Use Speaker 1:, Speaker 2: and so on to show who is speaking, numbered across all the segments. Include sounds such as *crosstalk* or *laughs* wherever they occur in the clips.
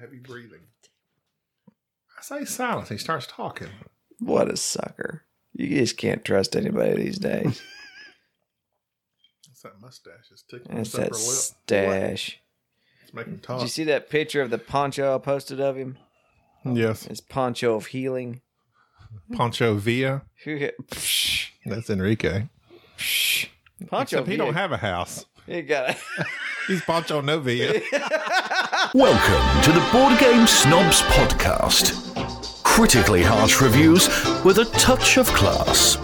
Speaker 1: heavy breathing. I say silence. He starts talking.
Speaker 2: What a sucker. You just can't trust anybody
Speaker 1: *laughs*
Speaker 2: these days.
Speaker 1: It's that mustache. It's tickling
Speaker 2: That's
Speaker 1: his upper
Speaker 2: that
Speaker 1: lip.
Speaker 2: stash.
Speaker 1: It's making him
Speaker 2: Did
Speaker 1: talk.
Speaker 2: you see that picture of the poncho I posted of him?
Speaker 1: Yes.
Speaker 2: His poncho of healing. *laughs*
Speaker 1: Pancho Villa.
Speaker 2: Psh,
Speaker 1: That's Enrique.
Speaker 2: psh. Poncho.
Speaker 1: Except he don't have a house.
Speaker 2: You got *laughs*
Speaker 1: He's Pancho no Villa.
Speaker 3: Welcome to the Board Game Snobs Podcast. Critically harsh reviews with a touch of class.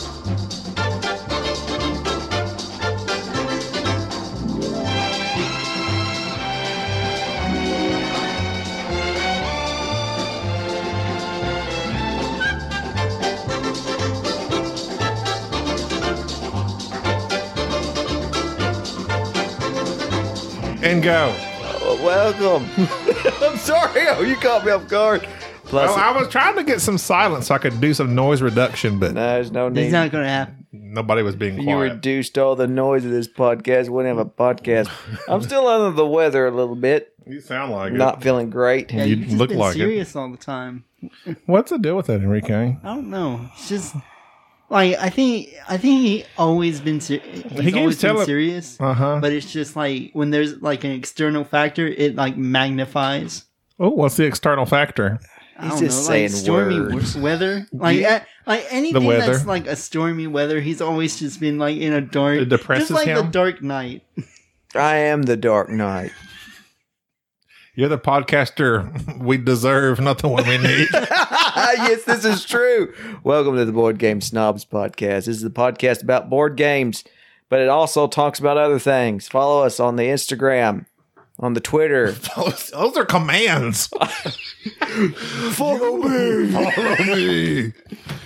Speaker 1: and go.
Speaker 2: welcome. *laughs* I'm sorry. Oh, you caught me off guard. Plus,
Speaker 1: Oh, I was trying to get some silence so I could do some noise reduction, but
Speaker 2: no, there's no need.
Speaker 4: It's not gonna happen.
Speaker 1: nobody was being
Speaker 2: you
Speaker 1: quiet.
Speaker 2: reduced all the noise of this podcast. Wouldn't have
Speaker 1: *laughs*
Speaker 2: a podcast. I'm still under the weather a little bit.
Speaker 1: you sound like
Speaker 2: Not feeling great.
Speaker 4: Yeah,
Speaker 1: You
Speaker 4: you've just
Speaker 1: look
Speaker 4: been
Speaker 1: like it.
Speaker 4: serious all the time.
Speaker 1: it. What's the deal with that, Enrique?
Speaker 4: I don't know. It's just like I think I think he always been ser- he's
Speaker 1: keeps
Speaker 4: always been
Speaker 1: telling-
Speaker 4: serious.
Speaker 1: Uh huh.
Speaker 4: But it's just like when there's like an external factor, it like magnifies.
Speaker 1: Oh, what's the external factor?
Speaker 4: I
Speaker 2: He's
Speaker 4: don't
Speaker 2: just
Speaker 4: know,
Speaker 2: saying
Speaker 4: like stormy
Speaker 2: words.
Speaker 4: w- weather, like
Speaker 1: Yeah.
Speaker 4: uh, like anything
Speaker 1: weather.
Speaker 4: that's like a stormy weather. He's always just been like in a dark,
Speaker 1: It depresses
Speaker 4: just like
Speaker 1: him?
Speaker 4: the Dark Knight.
Speaker 2: I am the Dark Knight.
Speaker 1: You're the podcaster *laughs* we deserve, not the one we need.
Speaker 2: Ah, yes, this is true. Welcome to the Board Game Snobs podcast. This is the podcast about board games, but it also talks about other things. Follow us on the Instagram, on the Twitter.
Speaker 1: those, those are commands.
Speaker 2: *laughs* Follow me.
Speaker 1: Follow
Speaker 2: *laughs*
Speaker 1: me.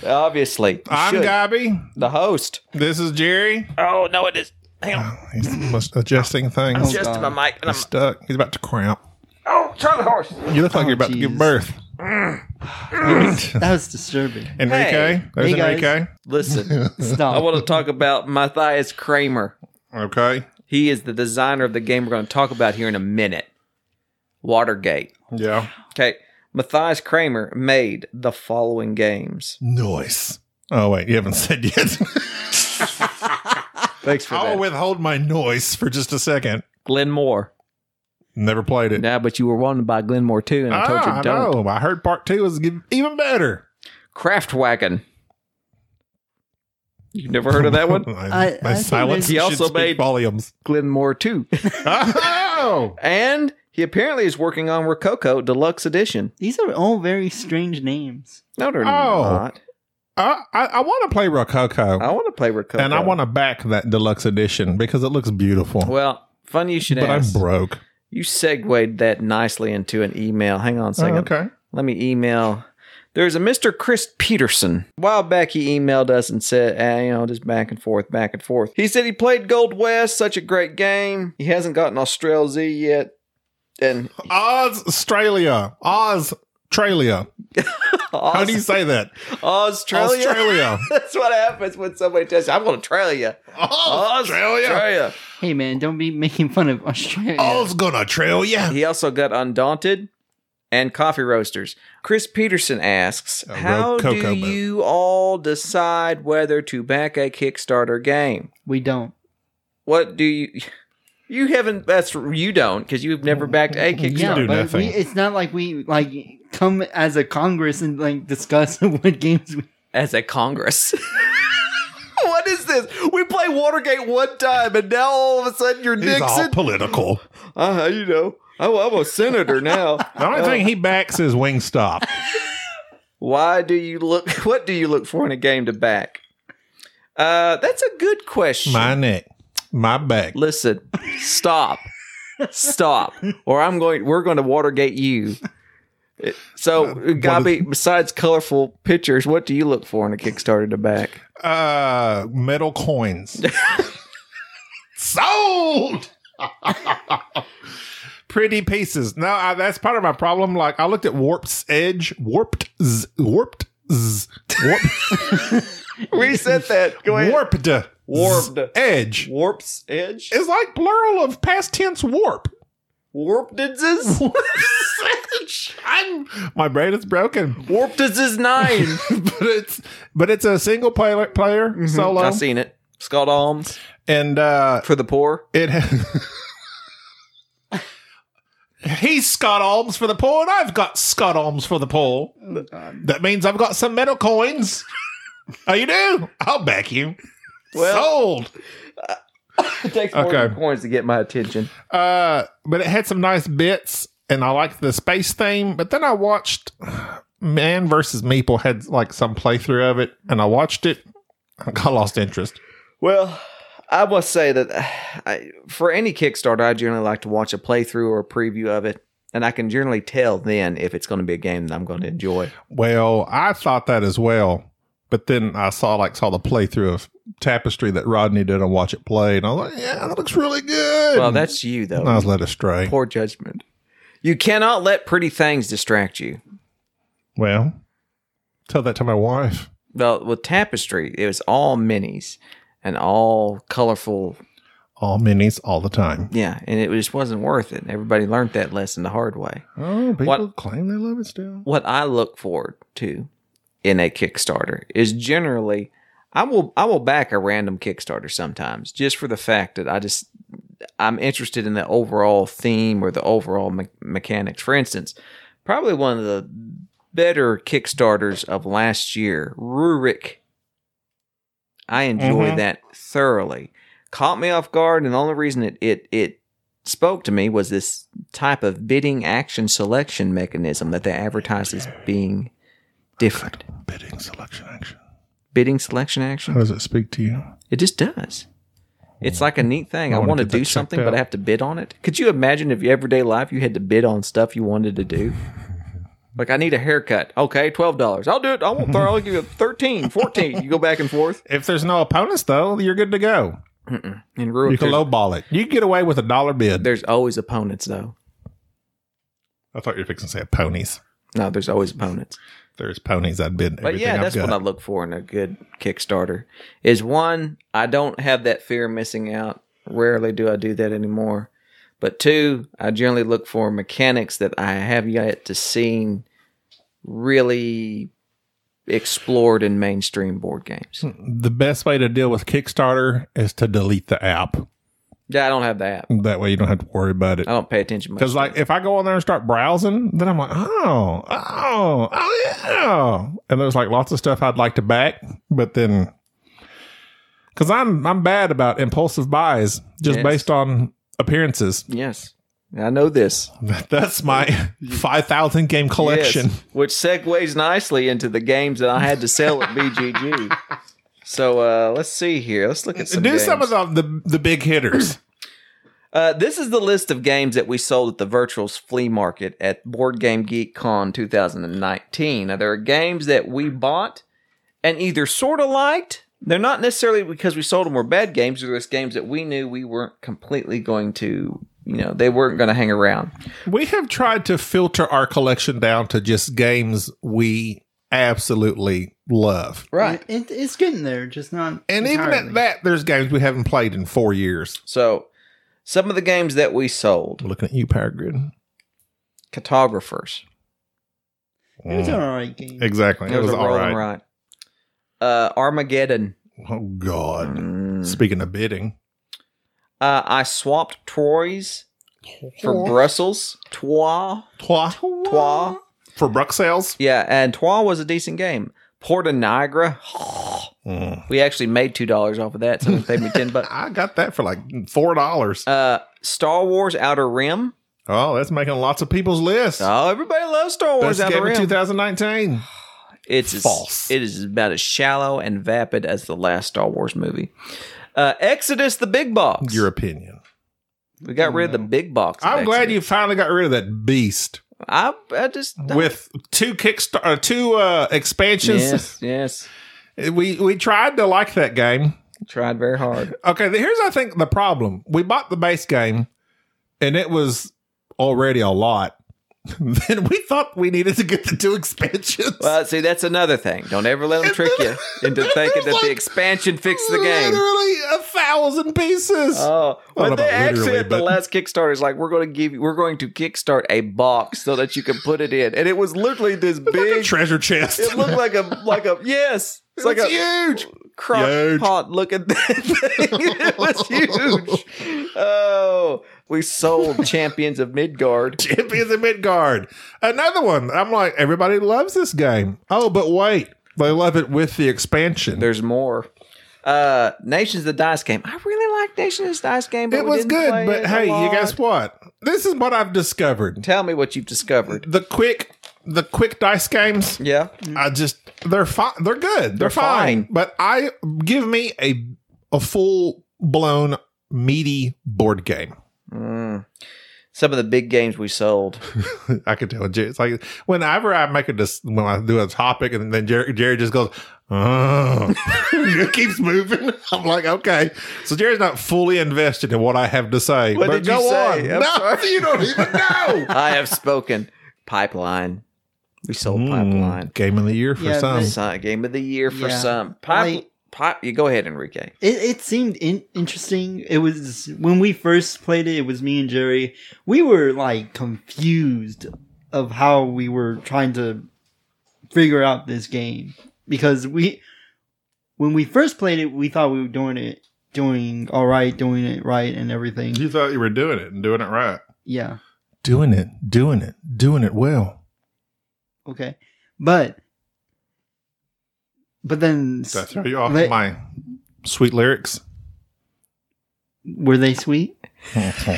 Speaker 2: Obviously. you
Speaker 1: I'm
Speaker 2: should.
Speaker 1: Gabby.
Speaker 2: the host.
Speaker 1: This is Jerry. Uh,
Speaker 2: Oh, no, it is. Hang on.
Speaker 1: He's must- adjusting things.
Speaker 2: Just to my mic. And I'm,
Speaker 1: He's stuck. He's about to cramp.
Speaker 2: oh, Charlie Horse.
Speaker 1: You look like you're about to give
Speaker 4: Jesus.
Speaker 1: birth.
Speaker 4: That was disturbing.
Speaker 1: Enrique.
Speaker 2: Hey.
Speaker 1: There's
Speaker 4: Hey, guys.
Speaker 1: Enrique.
Speaker 2: Listen,
Speaker 4: Stop.
Speaker 2: I want to talk about Matthias Kramer.
Speaker 1: Okay.
Speaker 2: He is the designer of the game we're going to talk about here in a minute Watergate.
Speaker 1: Yeah.
Speaker 2: Okay. Matthias Kramer made the following games.
Speaker 1: Noise. Oh, wait. You haven't *laughs* said yet.
Speaker 2: Thanks for
Speaker 1: I'll
Speaker 2: that.
Speaker 1: withhold my noise for just a second.
Speaker 2: Glenn Moore.
Speaker 1: Never played it.
Speaker 2: Now, but you were wanting to buy Glenn Moore too, and I told
Speaker 1: Ah,
Speaker 2: you don't.
Speaker 1: know. I heard part two is giv- even better.
Speaker 2: Craftwagon. You've never heard of
Speaker 1: *laughs*
Speaker 2: that *laughs* one?
Speaker 1: my
Speaker 4: I
Speaker 1: my
Speaker 4: think
Speaker 1: silence
Speaker 4: there's-
Speaker 1: he
Speaker 2: He also
Speaker 1: also speak
Speaker 2: made- *laughs*
Speaker 1: volumes.
Speaker 2: Glenn Moore too.
Speaker 1: oh,
Speaker 2: and he apparently is working on Rococo Deluxe Edition.
Speaker 4: These are all very strange names.
Speaker 2: No, they're
Speaker 1: Oh.
Speaker 2: not.
Speaker 1: I, I, I want to play Rococo,
Speaker 2: I want to play Rococo.
Speaker 1: and I want to back that deluxe edition because it looks beautiful.
Speaker 2: Well, funny you should
Speaker 1: but
Speaker 2: ask.
Speaker 1: I'm broke.
Speaker 2: you segued that nicely into an email. Hang on a second.
Speaker 1: Oh, okay.
Speaker 2: Let me email. There's a Mr. Chris Peterson. A while back, he emailed us and said, uh, you know, just back and forth, back and forth. He said he played Gold West, such a great game. He hasn't gotten Australia Z yet. And
Speaker 1: Oz Australia. Oz Australia. *laughs* How do you say that?
Speaker 2: Australia.
Speaker 1: Australia.
Speaker 2: *laughs* That's what happens when somebody tells you, I'm going to trail you. *laughs*
Speaker 1: Australia.
Speaker 2: Australia.
Speaker 4: Hey man, don't be making fun of Australia.
Speaker 1: Oz gonna trail ya.
Speaker 2: He also got Undaunted and Coffee Roasters. Chris Peterson asks,
Speaker 1: A
Speaker 2: How
Speaker 1: rogue
Speaker 2: do
Speaker 1: cocoa boat."
Speaker 2: you all decide whether to back a Kickstarter game?
Speaker 4: We don't.
Speaker 2: What do you. You haven't. That's you don't because you've never backed a Kickstarter.
Speaker 4: Yeah,
Speaker 1: do
Speaker 4: but
Speaker 1: nothing.
Speaker 4: We, it's not like we like come as a Congress and like discuss *laughs* what games we.
Speaker 2: as a Congress. *laughs* what is this? We play Watergate one time, and now all of a sudden you're
Speaker 1: He's all
Speaker 2: Nixon.
Speaker 1: political.
Speaker 2: Uh, you know, oh, I'm a senator now.
Speaker 1: *laughs* The only thing he backs is
Speaker 2: *laughs*
Speaker 1: Wingstop.
Speaker 2: Why do you look? *laughs* What do you look for in a game to back? Uh, that's a good question.
Speaker 1: my neck. My back.
Speaker 2: Listen, stop, stop, or I'm going. We're going to Watergate you. It- So, uh, Gabi, besides colorful pictures, what do you look for in a Kickstarter to back?
Speaker 1: Uh, metal
Speaker 2: *laughs*
Speaker 1: coins. Sold. Pretty pieces. No, I, that's part of my problem. Like I looked at Warp's Edge, Warped, z, Warped, z, warp,
Speaker 2: Reset that. *laughs* Go ahead.
Speaker 1: Warped, z-
Speaker 2: Warped.
Speaker 1: Edge.
Speaker 2: Warp's edge.
Speaker 1: It's like plural of past tense warp.
Speaker 2: Warped edges.
Speaker 1: I'm, my brain is broken. *laughs*
Speaker 2: Warped is his nine.
Speaker 1: but it's but it's a single player player
Speaker 2: Mm-hmm.
Speaker 1: solo,
Speaker 2: I've seen it. Scott Alms
Speaker 1: and uh,
Speaker 2: for the poor.
Speaker 1: it. Ha- He's Scott Alms for the poor, and I've got Scott Alms for the poor.
Speaker 4: Oh, God.
Speaker 1: That means I've got some metal coins. oh, you do? I'll back you.
Speaker 2: Well-
Speaker 1: Sold.
Speaker 2: It takes more
Speaker 1: Okay.
Speaker 2: than coins to get my attention.
Speaker 1: Uh, but it had some nice bits, and I liked the space theme. But then I watched Man versus Meeple had like some playthrough of it, and I watched it. I got lost interest.
Speaker 2: Well, I must say that uh, I, for any Kickstarter, I generally like to watch a playthrough or a preview of it, and I can generally tell then if it's going to be a game that I'm going to enjoy.
Speaker 1: Well, I thought that as well, but then I saw like saw the playthrough of Tapestry that Rodney did on Watch It Play, and I was like, yeah, that looks really good.
Speaker 2: Well, that's you though.
Speaker 1: and I was led astray.
Speaker 2: Poor judgment. You cannot let pretty things distract you.
Speaker 1: well, tell that to my wife.
Speaker 2: Well, with tapestry, it was all minis and all colorful.
Speaker 1: All minis, all the time.
Speaker 2: Yeah, and it just wasn't worth it. Everybody learned that lesson the hard way.
Speaker 1: Oh, people
Speaker 2: What-
Speaker 1: claim they love it still.
Speaker 2: what I look forward to in a Kickstarter is generally I will I will back a random Kickstarter sometimes just for the fact that I just I'm interested in the overall theme or the overall me- mechanics. For instance, probably one of the better Kickstarters of last year, Rurik. I enjoyed
Speaker 1: Mhm.
Speaker 2: that thoroughly. Caught me off guard, and the only reason it, it it spoke to me was this type of bidding action selection mechanism that they advertised as being different.
Speaker 1: Bidding selection action.
Speaker 2: Bidding selection
Speaker 1: How
Speaker 2: action?
Speaker 1: does it speak to you?
Speaker 2: It just does. It's like a neat thing.
Speaker 1: Hmm. I
Speaker 2: I,
Speaker 1: wanna
Speaker 2: want to
Speaker 1: get that
Speaker 2: do
Speaker 1: checked
Speaker 2: something, but
Speaker 1: out.
Speaker 2: I have to bid on it. Could you imagine if your everyday life you had to bid on stuff you wanted to do? Like I need a haircut. Okay, twelve dollars. I'll do it. I won't throw. I'll give you 13, 14. You go back and forth.
Speaker 1: If there's no opponents, though, you're good to go.
Speaker 2: And Rurik,
Speaker 1: You can
Speaker 2: there's,
Speaker 1: lowball it. You can get away with a dollar bid.
Speaker 2: there's always opponents though.
Speaker 1: I thought you were fixing to say ponies.
Speaker 2: No, there's always opponents.
Speaker 1: There's ponies I'd bid.
Speaker 2: But
Speaker 1: everything
Speaker 2: yeah,
Speaker 1: I've
Speaker 2: that's
Speaker 1: got.
Speaker 2: what I look for in a good Kickstarter. Is one, I don't have that fear of missing out. Rarely do I do that anymore. But two, I generally look for mechanics that I have yet to see really explored in mainstream board games.
Speaker 1: the best way to deal with Kickstarter is to delete the app.
Speaker 2: Yeah, I don't have that.
Speaker 1: That way you don't have to worry about it.
Speaker 2: I don't pay attention much.
Speaker 1: Because
Speaker 2: to
Speaker 1: like
Speaker 2: it.
Speaker 1: if I go on there and start browsing, then I'm like, oh, oh, oh yeah, and there's like lots of stuff I'd like to back, but then because I'm I'm bad about impulsive buys just
Speaker 2: Yes.
Speaker 1: based on appearances. *laughs*
Speaker 2: yes, I know this
Speaker 1: That's
Speaker 2: *laughs*
Speaker 1: my five thousand game collection.
Speaker 2: Yes, which segues nicely into the games that I had to sell at
Speaker 1: *laughs*
Speaker 2: BGG. So uh, let's see here. Let's look at some.
Speaker 1: Do
Speaker 2: games.
Speaker 1: some of the the, the big hitters.
Speaker 2: Uh, this is the list of games that we sold at the Virtuals Flea Market at Board Game Geek Con 2019. Now, there are games that we bought and either sort of liked. They're not necessarily because we sold them were bad games. They're just games that we knew we weren't completely going to, you know, they weren't going to hang around.
Speaker 1: We have tried to filter our collection down to just games we absolutely love.
Speaker 4: It, it's getting there, just not.
Speaker 1: And even
Speaker 4: entirely.
Speaker 1: at that, there's games we haven't played in four years.
Speaker 2: So, some of the games that we sold
Speaker 1: Looking at you, Power Grid.
Speaker 2: Cartographers.
Speaker 4: it was an alright game.
Speaker 1: Mm. Exactly. It, was,
Speaker 2: a
Speaker 1: all
Speaker 2: roll
Speaker 1: right.
Speaker 2: and right. Uh, Armageddon.
Speaker 1: Oh, God.
Speaker 2: Mm.
Speaker 1: Speaking of bidding,
Speaker 2: Uh, I swapped Troy's for Brussels. Trois.
Speaker 1: Twa.
Speaker 2: Trois.
Speaker 1: For Bruxelles.
Speaker 2: Yeah, and Trois was a decent game. Port of Niagara,
Speaker 1: Mm.
Speaker 2: we actually made two dollars off of that. Someone paid me ten
Speaker 1: *laughs*
Speaker 2: bucks.
Speaker 1: I got that for like $4.
Speaker 2: Uh, Star Wars Outer Rim.
Speaker 1: oh, that's making lots of people's list.
Speaker 2: Oh, everybody loves Star Wars
Speaker 1: Best
Speaker 2: Outer
Speaker 1: game of
Speaker 2: Rim.
Speaker 1: 2019.
Speaker 2: It's as-
Speaker 1: False.
Speaker 2: it is about as shallow and vapid as the last Star Wars movie. Uh, Exodus the Big Box.
Speaker 1: Your opinion.
Speaker 2: we got rid of the big box. of
Speaker 1: I'm glad
Speaker 2: Exodus.
Speaker 1: you finally got rid of that beast.
Speaker 2: I,
Speaker 1: *laughs*
Speaker 2: I just
Speaker 1: with two Kickstarter, uh, two uh, expansions.
Speaker 2: yes, yes.
Speaker 1: We we tried to like that game.
Speaker 2: Tried very hard.
Speaker 1: Okay, th- here's I think the problem. We bought the base game, and it was already a lot. *laughs* then we thought we needed to get the two expansions.
Speaker 2: Well, see,
Speaker 1: *laughs*
Speaker 2: that's another thing. Don't ever let them trick you into thinking that the expansion fixed the game.
Speaker 1: Literally a thousand pieces.
Speaker 2: Oh,
Speaker 1: Not
Speaker 2: but they
Speaker 1: about
Speaker 2: actually
Speaker 1: literally,
Speaker 2: at the
Speaker 1: but-
Speaker 2: last Kickstarter is like, we're going to give you, we're going to kickstart a box so that you can put it in, and it was literally this
Speaker 1: like a
Speaker 2: big.
Speaker 1: treasure chest.
Speaker 2: It looked like a like a yes, it's like
Speaker 1: It's
Speaker 2: a
Speaker 1: huge.
Speaker 2: crock
Speaker 1: Huge.
Speaker 2: pot looking *laughs* thing.
Speaker 1: *laughs*
Speaker 2: it was huge. Oh, we sold champions of Midgard.
Speaker 1: Champions of Midgard. Another one. I'm like, everybody loves this game. Oh, but wait. They love it with the expansion.
Speaker 2: There's more. Uh, Nations of the Dice game. I really like Nations of the Dice game. But
Speaker 1: it
Speaker 2: we
Speaker 1: was
Speaker 2: didn't
Speaker 1: good,
Speaker 2: play
Speaker 1: but
Speaker 2: it a
Speaker 1: hey, you
Speaker 2: lot.
Speaker 1: guess what? This is what I've discovered.
Speaker 2: Tell me what you've discovered.
Speaker 1: The quick the quick dice games,
Speaker 2: Yeah,
Speaker 1: I just they're fine. They're good. They're,
Speaker 2: They're
Speaker 1: fine.
Speaker 2: fine.
Speaker 1: But I give me a a full blown meaty board game. *laughs*
Speaker 2: some of the big games we sold.
Speaker 1: I could tell Jerry. It's like whenever I make a dis- when I do a topic, and then Jerry, Jerry just goes, "Oh," *laughs* it keeps moving. *laughs* I'm like, okay, so Jerry's not fully invested in what I have to say.
Speaker 2: What
Speaker 1: but
Speaker 2: did you
Speaker 1: go
Speaker 2: say?
Speaker 1: on, *laughs*
Speaker 2: I'm
Speaker 1: no,
Speaker 2: sorry.
Speaker 1: you don't
Speaker 2: *laughs*
Speaker 1: even know.
Speaker 2: I have spoken. Pipeline. We sold
Speaker 1: Mm,
Speaker 2: Pipeline.
Speaker 1: game of the year for
Speaker 4: Yeah,
Speaker 1: some.
Speaker 4: but-
Speaker 2: Son, game of the year for
Speaker 4: Yeah.
Speaker 2: some. Pipe.
Speaker 4: Like-
Speaker 2: pipe. You go ahead, Enrique.
Speaker 4: It, it seemed in- interesting. It was when we first played it. It was me and Jerry. We were like confused of how we were trying to figure out this game because we, when we first played it, we thought we were doing it, doing all right, doing it right, and everything.
Speaker 5: You thought you were doing it and doing it right.
Speaker 4: Yeah.
Speaker 1: Doing it, doing it, doing it well.
Speaker 4: Okay. But. But then s-
Speaker 5: Did I throw you off
Speaker 4: They-
Speaker 1: My sweet lyrics.
Speaker 4: were they sweet?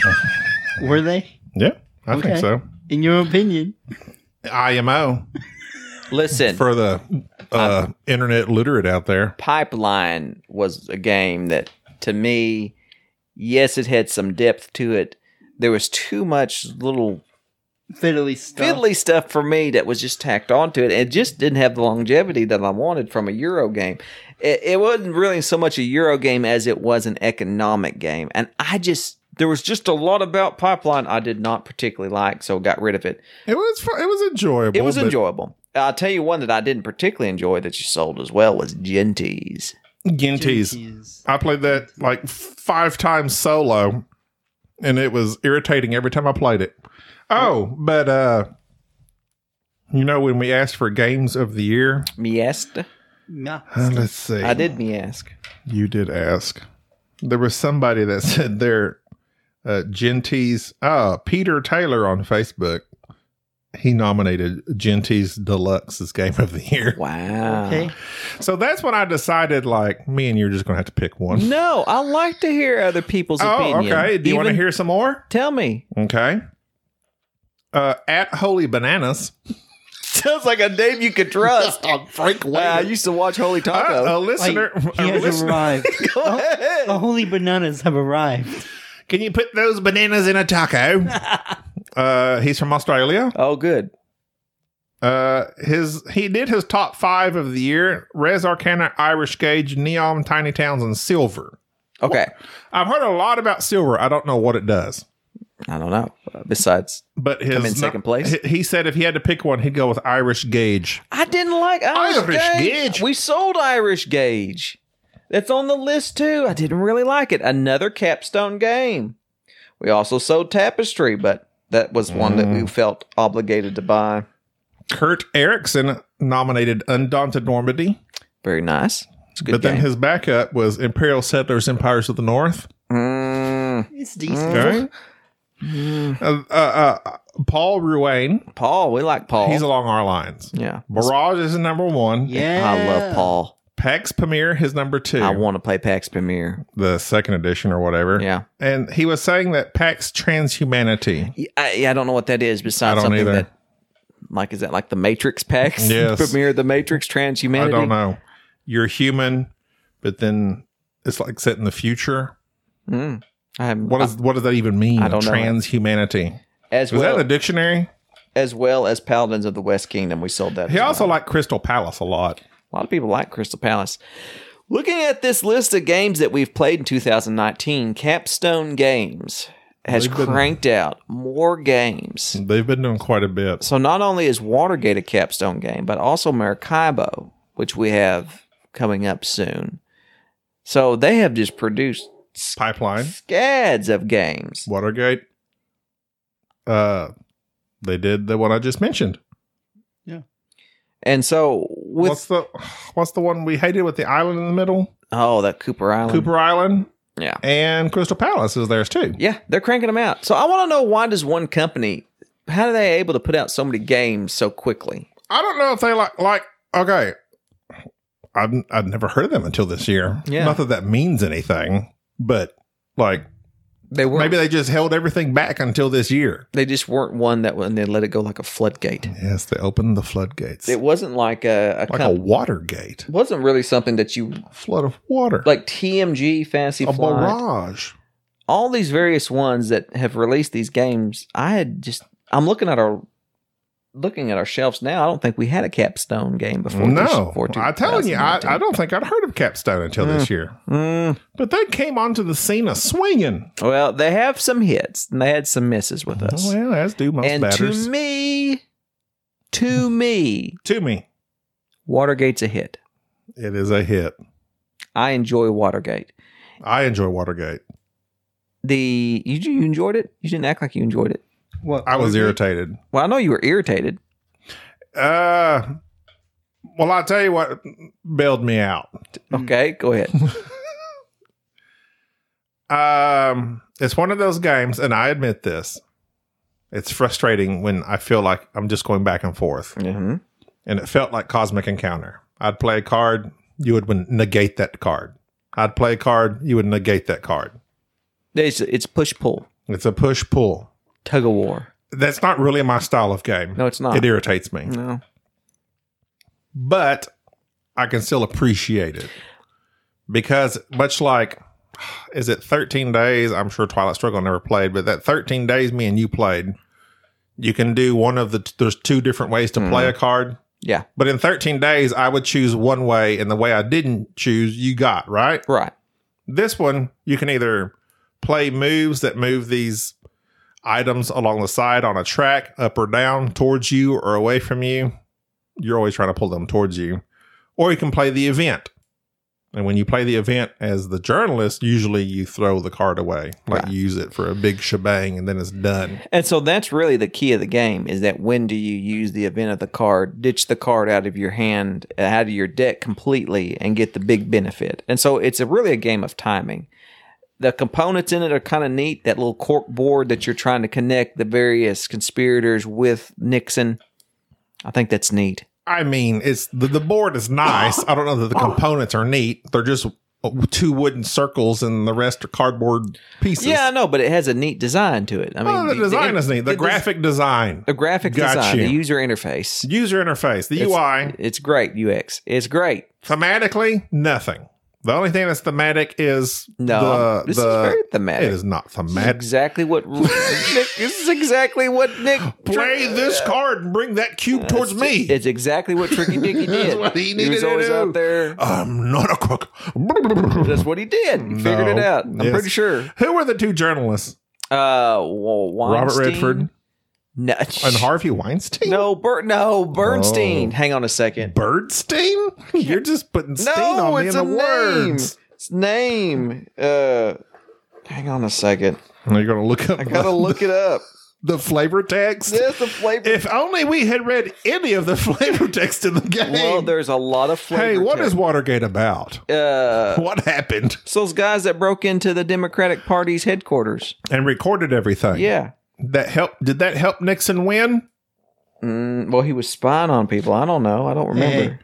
Speaker 4: *laughs* Were they?
Speaker 1: yeah, I think
Speaker 4: Okay.
Speaker 1: so.
Speaker 4: In your opinion?
Speaker 1: IMO
Speaker 2: Listen,
Speaker 1: for the uh, internet literate out there.
Speaker 2: Pipeline was a game that, to me, yes, it had some depth to it. There was too much little
Speaker 4: Fiddly stuff.
Speaker 2: fiddly stuff for me that was just tacked onto it. It just didn't have the longevity that I wanted from a Euro game. It, it wasn't really so much a Euro game as it was an economic game. And I just, there was just a lot about Pipeline I did not particularly like, so got rid of it.
Speaker 1: It was fu- it was enjoyable.
Speaker 2: It was
Speaker 1: but-
Speaker 2: enjoyable. I'll tell you one that I didn't particularly enjoy that you sold as well was Gentees.
Speaker 1: Ginties.
Speaker 4: Jeez.
Speaker 1: I played that like five times solo, and it was irritating every time I played it. Oh, but uh, you know when we asked for games of the year,
Speaker 2: Miesta?
Speaker 4: Nah.
Speaker 1: Uh, let's see.
Speaker 2: I did Miesk.
Speaker 1: You did ask. There was somebody that *laughs* said their uh, Gentees. Ah, Peter Taylor on Facebook. He nominated Gentees Deluxe as game of the year. *laughs*
Speaker 2: Wow.
Speaker 4: Okay.
Speaker 1: So that's when I decided, like, me and you're just gonna have to pick one.
Speaker 2: No, I like to hear other people's
Speaker 1: Oh,
Speaker 2: opinion.
Speaker 1: okay. Do you want to
Speaker 2: Even-
Speaker 1: hear some more?
Speaker 2: Tell me.
Speaker 1: Okay. Uh, at Holy Bananas,
Speaker 2: Sounds like a name you could trust.
Speaker 1: Frank
Speaker 2: *laughs* Uh, I used to watch Holy
Speaker 1: Uh,
Speaker 2: Taco. Oh,
Speaker 1: a listener,
Speaker 4: Like,
Speaker 1: a
Speaker 4: he has
Speaker 1: listener-
Speaker 4: arrived. Oh,
Speaker 2: Go ahead.
Speaker 4: the holy bananas have arrived.
Speaker 1: can you put those bananas in a taco? uh, he's from Australia.
Speaker 2: Oh, good.
Speaker 1: Uh, his he did his top five of the year: Res Arcana, Irish Gauge, Neon, Tiny Towns, and Silver.
Speaker 2: Okay.
Speaker 1: I've heard a lot about Silver. I don't know what it does,
Speaker 2: I don't know. Uh, Besides,
Speaker 1: but his
Speaker 2: Come in second place?
Speaker 1: He, he said if he had to pick one, he'd go with Irish Gauge.
Speaker 2: I didn't like Irish,
Speaker 1: Irish
Speaker 2: Gauge.
Speaker 1: Gauge.
Speaker 2: We sold Irish Gauge. That's on the list too. I didn't really like it. Another capstone game. We also sold Tapestry, but that was one that we felt obligated to buy.
Speaker 1: Kurt Erickson nominated Undaunted Normandy.
Speaker 2: Very nice. It's a good
Speaker 1: but
Speaker 2: game.
Speaker 1: then his backup was Imperial Settlers, Empires of the North.
Speaker 2: Mm,
Speaker 4: It's decent.
Speaker 1: Okay. Uh, uh, uh, Paul Ruane,
Speaker 2: Paul, we like Paul.
Speaker 1: he's along our lines.
Speaker 2: yeah,
Speaker 1: Barrage is number one.
Speaker 4: Yeah.
Speaker 2: I love Paul.
Speaker 1: Pax Pamir, his number two.
Speaker 2: I want to play Pax Premier.
Speaker 1: the second edition or whatever.
Speaker 2: Yeah,
Speaker 1: And he was saying that Pax Transhumanity.
Speaker 2: Yeah, I, yeah, I don't know what that is. Besides
Speaker 1: I don't
Speaker 2: something
Speaker 1: either.
Speaker 2: that, like, is that like the Matrix *laughs* Pax?
Speaker 1: Yes.
Speaker 2: Premier, the Matrix, Transhumanity.
Speaker 1: I don't know. You're human, but then it's like set in the future.
Speaker 2: Mm, I haven't.
Speaker 1: What is what does that even mean?
Speaker 2: I don't know.
Speaker 1: Transhumanity.
Speaker 2: as
Speaker 1: Was
Speaker 2: well
Speaker 1: that in the dictionary?
Speaker 2: as well as Paladins of the West Kingdom. We sold that.
Speaker 1: He
Speaker 2: as
Speaker 1: also
Speaker 2: well.
Speaker 1: liked Crystal Palace a lot.
Speaker 2: a lot of people like Crystal Palace. Looking at this list of games that we've played in 2019, Capstone Games has
Speaker 1: They've been-
Speaker 2: cranked out more games.
Speaker 1: They've been doing quite a bit.
Speaker 2: So not only is Watergate a capstone game, but also Maracaibo, which we have coming up soon. So they have just produced
Speaker 1: Pipeline,
Speaker 2: scads of games.
Speaker 1: Watergate. Uh, they did the one I just mentioned.
Speaker 2: And so with
Speaker 1: what's the What's the one we hated with the island in the middle?
Speaker 2: oh that Cooper Island.
Speaker 1: Cooper Island.
Speaker 2: Yeah.
Speaker 1: and Crystal Palace is theirs too.
Speaker 2: Yeah, they're cranking them out. So I want to know why does one company how are they able to put out so many games so quickly?
Speaker 1: I don't know if they like like okay. I've I've never heard of them until this year.
Speaker 2: Yeah.
Speaker 1: Not that that means anything, but like
Speaker 2: They weren't
Speaker 1: maybe they just held everything back until this year.
Speaker 2: they just weren't one that and they let it go like a floodgate.
Speaker 1: Yes, they opened the floodgates
Speaker 2: It wasn't like a, a,
Speaker 1: like a
Speaker 2: com-
Speaker 1: water gate,
Speaker 2: it wasn't really something that you
Speaker 1: flood of water,
Speaker 2: like TMG Fantasy
Speaker 1: a
Speaker 2: Flight.
Speaker 1: barrage.
Speaker 2: All these various ones that have released these games, I had just I'm looking at our looking at our shelves now. I don't think we had a capstone game before.
Speaker 1: No,
Speaker 2: this- for
Speaker 1: I'm telling you, I,
Speaker 2: 2019.
Speaker 1: I don't think I'd heard of Capstone until this year.
Speaker 2: Mm.
Speaker 1: But they came onto the scene a swinging.
Speaker 2: Well, they have some hits and they had some misses with us.
Speaker 1: Oh, well, as do most
Speaker 2: and
Speaker 1: batters.
Speaker 2: to me, to me,
Speaker 1: to me,
Speaker 2: Watergate's a hit.
Speaker 1: it is a hit.
Speaker 2: I enjoy Watergate.
Speaker 1: I enjoy Watergate.
Speaker 2: The you you enjoyed it. You didn't act like you enjoyed it.
Speaker 4: What
Speaker 1: I was
Speaker 4: Watergate?
Speaker 1: irritated.
Speaker 2: Well, I know you were irritated.
Speaker 1: Uh, well, I'll tell you what bailed me out. Mm.
Speaker 2: Okay, go
Speaker 1: *laughs*
Speaker 2: ahead.
Speaker 1: Um, it's one of those games, and I admit this. It's frustrating when I feel like I'm just going back and forth,
Speaker 2: mm-hmm.
Speaker 1: and it felt like Cosmic Encounter. I'd play a card, you would win- negate that card. I'd play a card, you would negate that card.
Speaker 2: It's it's push pull
Speaker 1: It's a push pull.
Speaker 2: tug of war.
Speaker 1: That's not really my style of game.
Speaker 2: No, it's not.
Speaker 1: It irritates me,
Speaker 2: No,
Speaker 1: but I can still appreciate it because, much like, is it 13 days? I'm sure Twilight Struggle never played, but that 13 days me and you played, you can do one of the, there's two different ways to play a card.
Speaker 2: yeah,
Speaker 1: But in 13 days, I would choose one way, and the way I didn't choose, you got, right?
Speaker 2: right.
Speaker 1: This one, you can either play moves that move these items along the side on a track, up or down, towards you or away from you. You're always trying to pull them towards you. Or you can play the event. And when you play the event as the journalist, usually you throw the card away, like
Speaker 2: Right.
Speaker 1: you use it for a big shebang, and then it's done.
Speaker 2: And so that's really the key of the game is that when do you use the event of the card, ditch the card out of your hand, uh, out of your deck completely, and get the big benefit. And so it's a, really a game of timing. The components in it are kind of neat. That little cork board that you're trying to connect the various conspirators with Nixon. I think that's neat.
Speaker 1: I mean, it's the, the board is nice. I don't know that
Speaker 2: *laughs*
Speaker 1: the
Speaker 2: Oh.
Speaker 1: components are neat. They're just two wooden circles, and the rest are cardboard pieces.
Speaker 2: Yeah, I know, but it has a neat design to it. I mean,
Speaker 1: Oh, the design is neat. The,
Speaker 2: des-
Speaker 1: graphic design,
Speaker 2: the graphic
Speaker 1: Got
Speaker 2: design,
Speaker 1: you.
Speaker 2: the user interface,
Speaker 1: user interface, the UI.
Speaker 2: it's great. UX, it's great.
Speaker 1: Thematically, nothing. The only thing that's thematic is
Speaker 2: No,
Speaker 1: the,
Speaker 2: this
Speaker 1: the-
Speaker 2: is very thematic.
Speaker 1: It is not
Speaker 2: This is
Speaker 1: thematic. *laughs*
Speaker 2: exactly what Nick, this is exactly what Nick
Speaker 1: Play this card and bring that cube towards me.
Speaker 2: It's exactly what Tricky
Speaker 1: *laughs*
Speaker 2: Dicky did.
Speaker 1: what he needed
Speaker 2: was
Speaker 1: to
Speaker 2: always
Speaker 1: do.
Speaker 2: out there.
Speaker 1: I'm not a crook. *laughs*
Speaker 2: That's what he did. He figured it
Speaker 1: No.
Speaker 2: out. I'm
Speaker 1: Yes.
Speaker 2: pretty sure.
Speaker 1: Who were the two journalists?
Speaker 2: Uh, well,
Speaker 1: Robert
Speaker 2: Weinstein?
Speaker 1: Redford and
Speaker 2: No,
Speaker 1: Harvey Oh. Weinstein.
Speaker 2: no, Ber- no, Bernstein. Hang on a second.
Speaker 1: Birdstein? You're just putting stain
Speaker 2: no,
Speaker 1: on me
Speaker 2: it's
Speaker 1: in the
Speaker 2: a name.
Speaker 1: words.
Speaker 2: It's name. Uh, hang on a second.
Speaker 1: Now you're gonna look up
Speaker 2: I gotta look it up.
Speaker 1: *laughs* the flavor text.
Speaker 2: There's the flavor.
Speaker 1: If only we had read any of the *laughs* flavor text in the game.
Speaker 2: well, there's a lot of flavor.
Speaker 1: hey, what
Speaker 2: text.
Speaker 1: is Watergate about?
Speaker 2: uh?
Speaker 1: What happened?
Speaker 2: It's those guys that broke into the Democratic Party's headquarters.
Speaker 1: And recorded everything.
Speaker 2: Yeah.
Speaker 1: That help did that help Nixon win?
Speaker 2: Mm, well, he was spying on people. I don't know. I don't remember.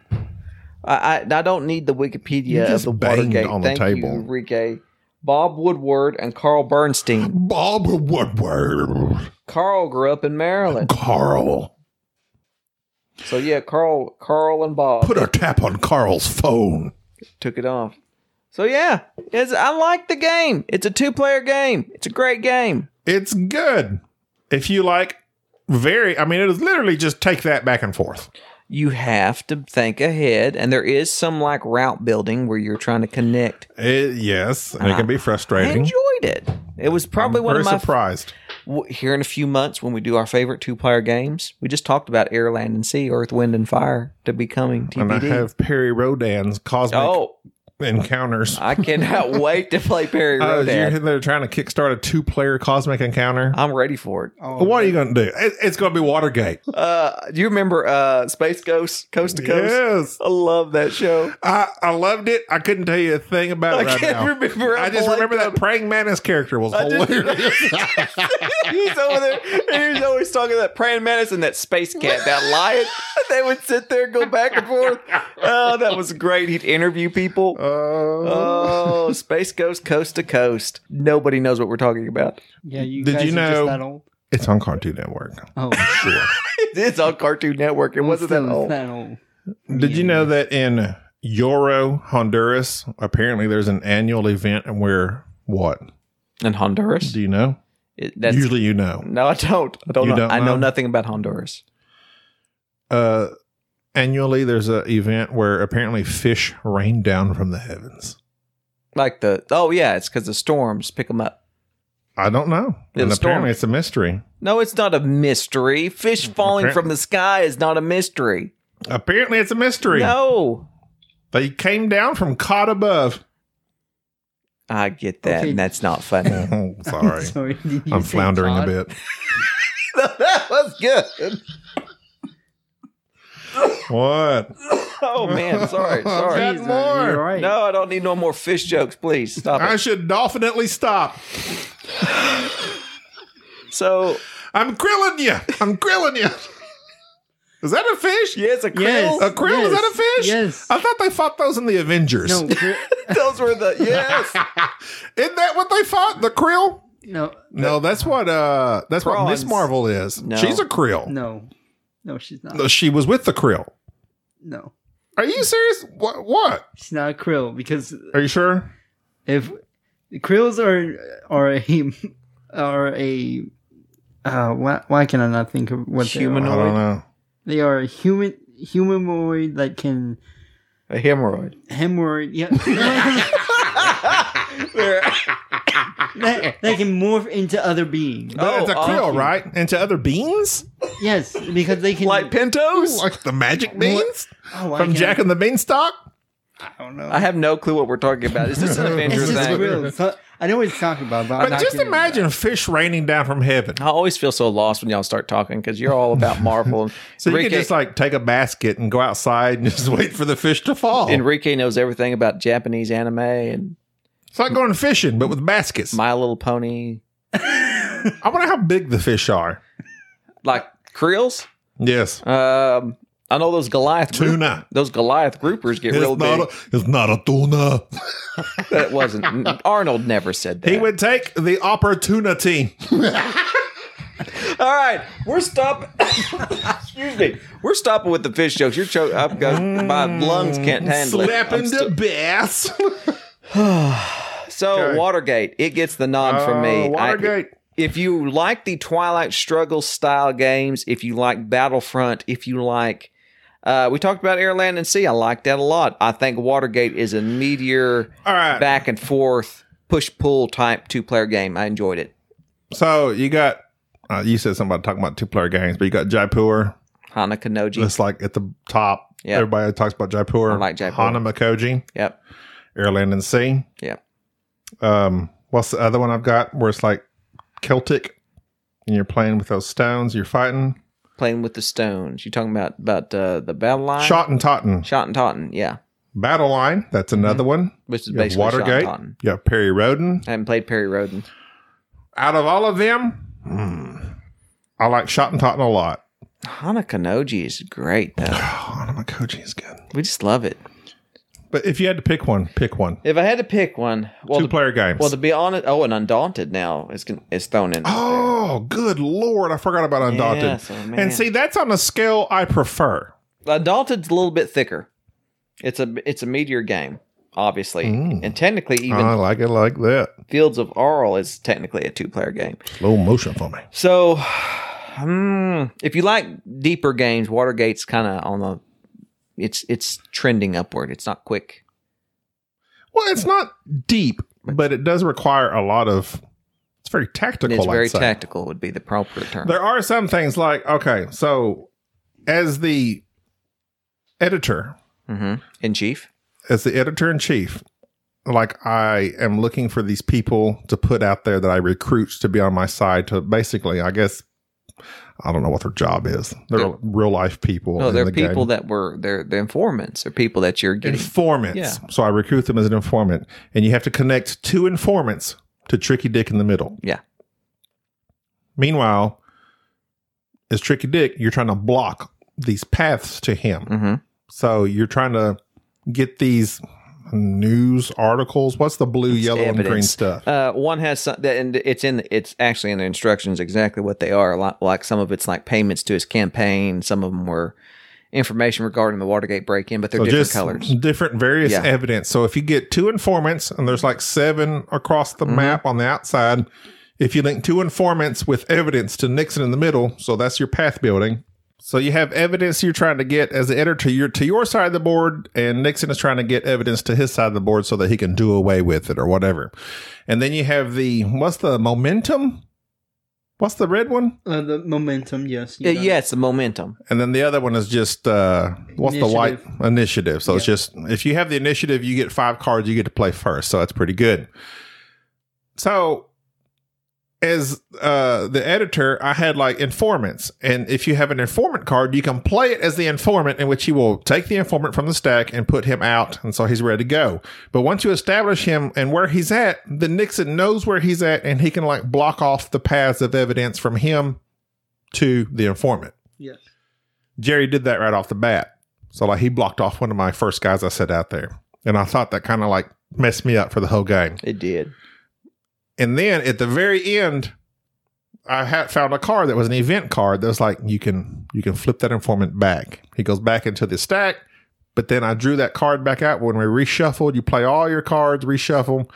Speaker 2: I, I I don't need the
Speaker 1: You
Speaker 2: Wikipedia of
Speaker 1: just
Speaker 2: the
Speaker 1: banged
Speaker 2: Watergate.
Speaker 1: on the
Speaker 2: Thank
Speaker 1: table.
Speaker 2: you, Enrique. Bob Woodward and Carl Bernstein.
Speaker 1: Bob Woodward.
Speaker 2: Carl grew up in Maryland,
Speaker 1: Carl.
Speaker 2: so yeah, Carl, Carl and Bob
Speaker 1: Put a tap on Carl's phone.
Speaker 2: took it off. So yeah, it's, I like the game. It's a two-player game. It's a great game.
Speaker 1: It's good. If you like very I mean it is literally just take that back and forth.
Speaker 2: You have to think ahead, and there is some like route building where you're trying to connect
Speaker 1: It, yes, and it
Speaker 2: Uh-huh.
Speaker 1: can be
Speaker 2: I
Speaker 1: frustrating.
Speaker 2: enjoyed it. It was probably
Speaker 1: I'm
Speaker 2: one
Speaker 1: very
Speaker 2: of my
Speaker 1: surprised.
Speaker 2: w- here in a few months when we do our favorite two player games. We just talked about Air, Land, and Sea, Earth, Wind, and Fire to be coming TBD.
Speaker 1: and I have Perry Rodan's Cosmic
Speaker 2: oh,
Speaker 1: encounters.
Speaker 2: I cannot wait to play Perry
Speaker 1: Uh, you're
Speaker 2: Rodan.
Speaker 1: in there trying to kickstart a two player cosmic encounter.
Speaker 2: I'm ready for it.
Speaker 4: Oh,
Speaker 1: what are you going to do? It, it's going to be
Speaker 2: *laughs*
Speaker 1: Watergate.
Speaker 2: Uh, do you remember uh, Space Ghost, Coast to Coast?
Speaker 1: Yes.
Speaker 2: I love that show. *laughs*
Speaker 1: I, I loved it. I couldn't tell you a thing about
Speaker 2: I
Speaker 1: it right
Speaker 2: can't
Speaker 1: now.
Speaker 2: remember.
Speaker 1: I just
Speaker 2: blanked
Speaker 1: remember
Speaker 2: out.
Speaker 1: that praying mantis character was
Speaker 2: I just- *laughs*
Speaker 1: hilarious. *laughs*
Speaker 2: he's over there and he's always talking to that praying mantis and that space cat, that lion. *laughs* they would sit there and go back and forth. Oh, that was great. He'd interview people.
Speaker 1: Uh,
Speaker 2: *laughs* Oh, Space Ghost Coast to Coast. Nobody knows what we're talking *laughs* about.
Speaker 4: Yeah, you
Speaker 1: Did
Speaker 4: guys
Speaker 1: you
Speaker 4: are just
Speaker 1: know-
Speaker 4: that old.
Speaker 1: it's on Cartoon Network.
Speaker 2: *laughs*
Speaker 4: Oh,
Speaker 2: It's on Cartoon Network. It wasn't that
Speaker 4: still
Speaker 2: old.
Speaker 4: That old.
Speaker 1: Did you know that in Yoro, Honduras, apparently there's an annual event where what?
Speaker 2: In Honduras?
Speaker 1: Do you know?
Speaker 2: It- that's,
Speaker 1: Usually you know.
Speaker 2: no, I don't. I don't,
Speaker 1: You
Speaker 2: know.
Speaker 1: don't
Speaker 2: I know
Speaker 1: know?
Speaker 2: nothing about Honduras.
Speaker 1: Uh annually there's an event where apparently fish rain down from the heavens.
Speaker 2: Like the oh yeah, it's because the storms pick them up.
Speaker 1: I don't know.
Speaker 2: Yeah,
Speaker 1: and
Speaker 2: the storm.
Speaker 1: apparently it's a mystery.
Speaker 2: No, it's not a mystery.
Speaker 1: Mm,
Speaker 2: Fish falling from the sky is not a mystery.
Speaker 1: Apparently it's a mystery.
Speaker 2: No,
Speaker 1: They came down from caught above.
Speaker 2: I get that,
Speaker 4: Okay.
Speaker 2: and that's not funny. *laughs* that
Speaker 1: Oh, sorry.
Speaker 4: Sorry, did *laughs* you
Speaker 1: I'm
Speaker 4: say
Speaker 1: floundering
Speaker 4: Todd?
Speaker 1: a bit.
Speaker 2: was good.
Speaker 1: What?
Speaker 2: Oh
Speaker 1: *laughs*
Speaker 2: man, sorry,
Speaker 1: Got
Speaker 2: sorry.
Speaker 4: Jesus,
Speaker 1: more.
Speaker 4: you're right.
Speaker 2: No, I don't need no more fish jokes. Please stop
Speaker 1: I
Speaker 2: it.
Speaker 1: should definitely stop.
Speaker 2: So
Speaker 1: I'm grilling you. I'm grilling you. *laughs* Is that a fish?
Speaker 2: yes, a krill.
Speaker 4: Yes.
Speaker 1: A krill? Is that a fish?
Speaker 4: Yes.
Speaker 1: I thought they fought those in the Avengers.
Speaker 4: No, cr-
Speaker 2: Those were the yes.
Speaker 1: *laughs* Isn't that what they fought? The krill?
Speaker 4: no,
Speaker 1: No, that's what uh that's what
Speaker 2: Prawns.
Speaker 1: Miss Marvel is.
Speaker 2: No.
Speaker 1: She's a krill.
Speaker 4: no, no. She's not.
Speaker 1: No, She was with the krill.
Speaker 4: No,
Speaker 1: Are you serious? What what?
Speaker 4: she's not a krill because
Speaker 1: Are you sure?
Speaker 4: if the krills are are a are a uh, why, why can I not think of what
Speaker 1: I
Speaker 2: Humanoid.
Speaker 1: don't know.
Speaker 4: they are? They are a human humanoid that can
Speaker 2: A hemorrhoid.
Speaker 4: hemorrhoid. Yeah. *laughs* that, that can morph into other beings.
Speaker 1: But
Speaker 2: Oh,
Speaker 1: it's a
Speaker 2: oh.
Speaker 1: krill, right? And to other beans?
Speaker 4: Yes, because they can.
Speaker 2: Like pintos.
Speaker 1: Like the magic beans?
Speaker 4: oh, why
Speaker 1: From
Speaker 4: can't
Speaker 1: Jack and the Beanstalk?
Speaker 4: I, I don't know.
Speaker 2: I have no clue what we're talking about. Is
Speaker 1: *laughs*
Speaker 2: this an Avenger
Speaker 4: it's just
Speaker 2: thing?
Speaker 4: real. So, I know what he's talking about, but, I'm
Speaker 1: But
Speaker 4: not
Speaker 1: just
Speaker 4: giving it
Speaker 1: imagine
Speaker 4: back.
Speaker 1: fish raining down from heaven.
Speaker 2: I always feel so lost when y'all start talking because you're all about Marvel. And
Speaker 1: *laughs* So you
Speaker 2: Enrique,
Speaker 1: could just like take a basket and go outside and *laughs* just wait for the fish to fall.
Speaker 2: Enrique knows everything about Japanese anime and
Speaker 1: It's like going fishing, but with baskets.
Speaker 2: My Little Pony,
Speaker 1: I wonder how big the fish are.
Speaker 2: like krills.
Speaker 1: Yes.
Speaker 2: Um, I know those Goliath group-
Speaker 1: Tuna.
Speaker 2: those Goliath groupers get real
Speaker 1: It's not,
Speaker 2: big.
Speaker 1: a, it's not a
Speaker 2: *laughs*
Speaker 1: tuna. *laughs*
Speaker 2: that wasn't Arnold. Never said that.
Speaker 1: He would take the opportunity.
Speaker 2: All right, we're stopping. *laughs* Excuse me. We're stopping with the fish jokes. You're choking. I've got my lungs can't handle it.
Speaker 1: Slap
Speaker 2: I'm
Speaker 1: into
Speaker 2: still- *laughs*
Speaker 1: bass.
Speaker 2: so
Speaker 1: Okay.
Speaker 2: Watergate, it gets the nod from me.
Speaker 1: Uh,
Speaker 2: I-
Speaker 1: Watergate.
Speaker 2: if you like the Twilight Struggle style games, if you like Battlefront, if you like, uh, we talked about Air, Land, and Sea. I like that a lot. I think Watergate is a meteor
Speaker 1: All right.
Speaker 2: back and forth push pull type two player game. I enjoyed it.
Speaker 1: So you got, uh, you said something about talking about two player games, but you got Jaipur.
Speaker 2: Hana Kanoji.
Speaker 1: That's like at the top.
Speaker 2: Yeah.
Speaker 1: Everybody talks about Jaipur.
Speaker 2: I like Jaipur.
Speaker 1: Hana Makoji,
Speaker 2: Yep.
Speaker 1: Airland and Sea.
Speaker 2: Yep.
Speaker 1: um what's the other one I've got where it's like Celtic and you're playing with those stones, you're fighting.
Speaker 2: Playing with the stones. You talking about about uh, the battle line?
Speaker 1: Shot and Totten.
Speaker 2: Shot and Totten, yeah.
Speaker 1: Battle Line, that's another one.
Speaker 2: Which is
Speaker 1: You have
Speaker 2: Mm-hmm. basically Shot and
Speaker 1: Watergate.
Speaker 2: Totten.
Speaker 1: You have Perry Roden.
Speaker 2: I haven't played Perry Roden.
Speaker 1: Out of all of them, hmm, I like Shot and Totten a lot.
Speaker 2: Hana Kanoji is great though.
Speaker 1: Oh, Anamakoji is good.
Speaker 2: We just love it.
Speaker 1: But if you had to pick one, pick one.
Speaker 2: If I had to pick one, well,
Speaker 1: Two
Speaker 2: to,
Speaker 1: player games.
Speaker 2: well, to be honest, oh, and Undaunted now is con- is thrown in.
Speaker 1: oh, good lord. I forgot about Undaunted.
Speaker 2: Yeah, so, man.
Speaker 1: and see, that's on a scale I prefer.
Speaker 2: Undaunted a little bit thicker. It's a it's a meteor game, obviously,
Speaker 1: Hmm.
Speaker 2: and technically even
Speaker 1: I like it like that.
Speaker 2: Fields of Arl is technically a two player game.
Speaker 1: Slow motion for me.
Speaker 2: So, hmm, if you like deeper games, Watergate's kind of on the it's it's trending upward. It's not quick.
Speaker 1: Well, it's not deep, but it does require a lot of. It's very tactical.
Speaker 2: it's very
Speaker 1: I'd say.
Speaker 2: tactical would be the proper term.
Speaker 1: There are some things like okay, so as the editor,
Speaker 2: hmm Mm-hmm. In chief,
Speaker 1: as the editor in chief, like I am looking for these people to put out there that I recruit to be on my side to basically, I guess, I don't know what their job is. They're,
Speaker 2: They're-
Speaker 1: real life people.
Speaker 2: No,
Speaker 1: in
Speaker 2: they're
Speaker 1: the
Speaker 2: people
Speaker 1: game.
Speaker 2: that were they're the informants. They're people that you're getting.
Speaker 1: informants.
Speaker 2: Yeah.
Speaker 1: So I recruit them as an informant, and you have to connect two informants to Tricky Dick in the middle.
Speaker 2: Yeah.
Speaker 1: Meanwhile, as Tricky Dick, you're trying to block these paths to him.
Speaker 2: hmm
Speaker 1: So you're trying to get these news articles. What's the blue, yellow, and green
Speaker 2: evidence.
Speaker 1: stuff?
Speaker 2: Uh, one has some, that, and it's in it's actually in the instructions exactly what they are. Like, like some of it's like payments to his campaign. Some of them were information regarding the Watergate break-in, but they're
Speaker 1: So
Speaker 2: different
Speaker 1: just
Speaker 2: colors.
Speaker 1: different various
Speaker 2: Yeah.
Speaker 1: evidence. So if you get two informants and there's like seven across the
Speaker 2: Mm-hmm.
Speaker 1: map on the outside, if you link two informants with evidence to Nixon in the middle, so that's your path building. So you have evidence you're trying to get as the editor your to your side of the board, and Nixon is trying to get evidence to his side of the board so that he can do away with it or whatever. And then you have the what's the momentum? What's the red one?
Speaker 4: Uh, the momentum, yes. you
Speaker 2: Yeah,
Speaker 4: got
Speaker 2: yeah,
Speaker 4: it.
Speaker 2: it's the momentum.
Speaker 1: And then the other one is just uh, what's the
Speaker 4: Initiative.
Speaker 1: white initiative. So it's just if you have the initiative, you get five cards you get to play first. So that's pretty good. So as uh, the editor, I had like informants, and if you have an informant card, you can play it as the informant, in which you will take the informant from the stack and put him out, and so he's ready to go. But once you establish him and where he's at, then Nixon knows where he's at, and he can like block off the paths of evidence from him to the informant.
Speaker 4: Yes.
Speaker 1: Jerry did that right off the bat. So like he blocked off one of my first guys I set out there. And I thought that kind of like messed me up for the whole game.
Speaker 2: It did.
Speaker 1: And then at the very end, I had found a card that was an event card that was like you can you can flip that informant back. He goes back into the stack, but then I drew that card back out when we reshuffled. You play all your cards, reshuffle. 'em.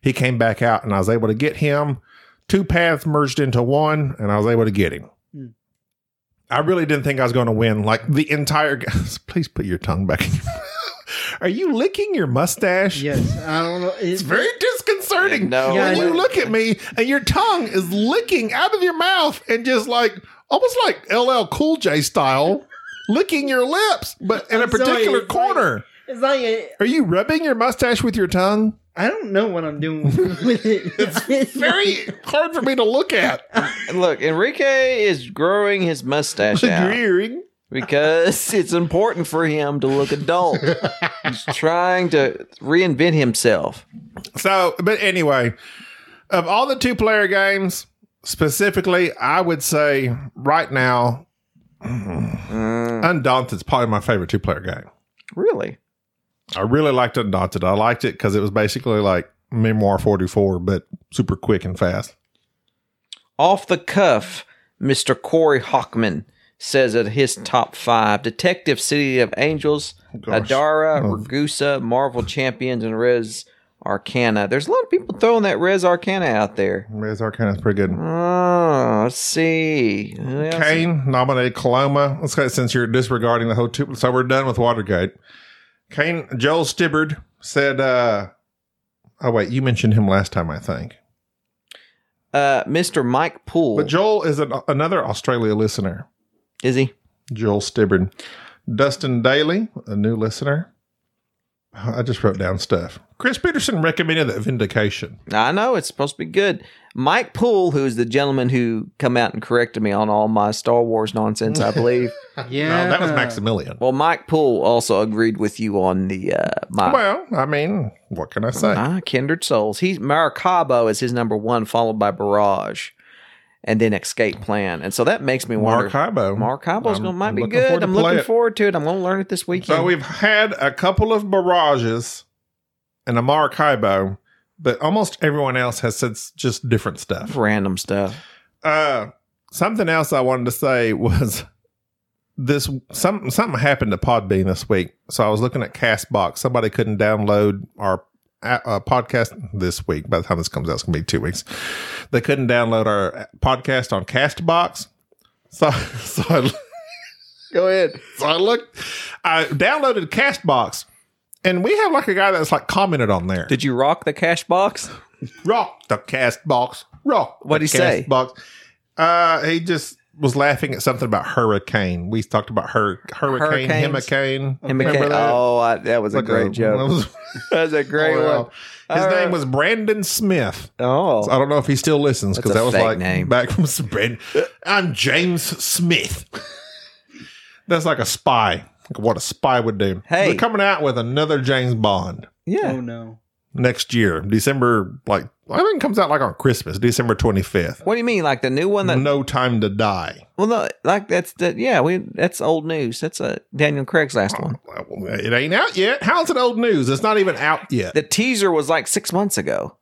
Speaker 1: He came back out, and I was able to get him. Two paths merged into one, and I was able to get him.
Speaker 4: Hmm.
Speaker 1: I really didn't think I was going to win. Like the entire. g- *laughs* Please put your tongue back. in your *laughs* Are you licking your mustache?
Speaker 4: Yes. I don't know.
Speaker 1: It's
Speaker 4: It's
Speaker 1: very disconcerting.
Speaker 2: No,
Speaker 4: Yeah, I
Speaker 1: when you
Speaker 4: know.
Speaker 1: look at me and your tongue is licking out of your mouth and just like almost like LL Cool J style, licking your lips, but in a
Speaker 4: I'm sorry,
Speaker 1: particular
Speaker 4: it's like-
Speaker 1: corner.
Speaker 4: It's like a,
Speaker 1: Are you rubbing your mustache with your tongue?
Speaker 4: I don't know what I'm doing with it. *laughs* it's
Speaker 1: Very hard for me to look at.
Speaker 2: And look, Enrique is growing his
Speaker 1: *laughs*
Speaker 2: mustache
Speaker 1: You're
Speaker 2: out
Speaker 1: hearing.
Speaker 2: because *laughs* it's important for him to look
Speaker 1: *laughs*
Speaker 2: adult. He's trying to reinvent himself.
Speaker 1: So, but anyway, of all the two player games, specifically, I would say right now,
Speaker 2: Mm,
Speaker 1: Undaunted is probably my favorite two player game.
Speaker 2: really?
Speaker 1: I really liked Undaunted. I liked it because it was basically like Memoir 44, but super quick and fast.
Speaker 2: Off the cuff, Mr. Corey Hawkman says that his top five Detective City of Angels,
Speaker 1: Gosh.
Speaker 2: Adara,
Speaker 1: Oh.
Speaker 2: Ragusa, Marvel Champions, and Res Arcana. There's a lot of people throwing that Res Arcana out there.
Speaker 1: Res Arcana's pretty good.
Speaker 2: Oh, let's see. Who else?
Speaker 1: Kane nominated Coloma. Let's go since you're disregarding the whole two. So we're done with Watergate. Kane, Joel Stibbard said, uh, oh, wait, you mentioned him last time, I think.
Speaker 2: Uh, Mr. Mike Poole.
Speaker 1: But Joel is an, another Australia listener.
Speaker 2: is he?
Speaker 1: Joel Stibbard. Dustin Daly, a new listener. I just wrote down stuff. Chris Peterson recommended that Vindication.
Speaker 2: I know it's supposed to be good. Mike Poole, who's the gentleman who come out and corrected me on all my Star Wars nonsense,
Speaker 1: *laughs*
Speaker 2: I believe.
Speaker 4: yeah.
Speaker 1: No, that was Maximilian.
Speaker 2: well, Mike Poole also agreed with you on the uh, my
Speaker 1: Well, I mean, what can I say?
Speaker 2: Ah, Kindred Souls. He's Maracabo is his number one, followed by Barrage, and then Escape Plan. And so that makes me wonder.
Speaker 1: Maracaibo.
Speaker 2: Maracabo's
Speaker 1: I'm-
Speaker 2: gonna might
Speaker 1: I'm
Speaker 2: be
Speaker 1: looking forward
Speaker 2: good.
Speaker 1: to
Speaker 2: I'm
Speaker 1: play
Speaker 2: looking
Speaker 1: it.
Speaker 2: forward to it. I'm gonna learn it this weekend.
Speaker 1: So we've had a couple of barrages and a Maracaibo, but almost everyone else has said s- just different stuff.
Speaker 2: random stuff.
Speaker 1: Uh, something else I wanted to say *laughs* was this some something happened to Podbean this week. So I was looking at Castbox. Somebody couldn't download our uh, uh, podcast this week. By the time this comes out, it's gonna be two weeks. They couldn't download our podcast on Castbox. So *laughs* so I, go ahead. So I looked. I downloaded Castbox, and we have like a guy that's like commented on there.
Speaker 2: Did you rock the cash box?
Speaker 1: Rock the cast box. Rock.
Speaker 2: What'd
Speaker 1: the
Speaker 2: he say?
Speaker 1: Box. Uh, he just was laughing at something about hurricane. We talked about hur- hurricane,
Speaker 2: Hurricanes.
Speaker 1: hurricane,
Speaker 2: And McCain, oh, I, that was a
Speaker 1: *laughs*
Speaker 2: great joke. *laughs* That was a great
Speaker 1: Oh, well.
Speaker 2: one.
Speaker 1: His
Speaker 2: All
Speaker 1: name
Speaker 2: right.
Speaker 1: was Brandon Smith.
Speaker 2: Oh,
Speaker 1: I don't know if he still listens because
Speaker 2: That's
Speaker 1: that
Speaker 2: a
Speaker 1: was
Speaker 2: fake
Speaker 1: like
Speaker 2: name.
Speaker 1: back from Spain. I'm James Smith. That's like a spy. Like what a spy would do.
Speaker 2: Hey.
Speaker 1: They're coming out with another James Bond
Speaker 2: yeah.
Speaker 4: Oh no.
Speaker 1: next year, December. Like I think it comes out like on Christmas, December 25th.
Speaker 2: What do you mean, like the new one? That
Speaker 1: No time to die.
Speaker 2: well, no, like that's the yeah. We that's old news. That's a Daniel Craig's
Speaker 1: Oh.
Speaker 2: last one.
Speaker 1: It ain't out yet. How's it old news? It's not even out yet.
Speaker 2: The teaser was like six months ago.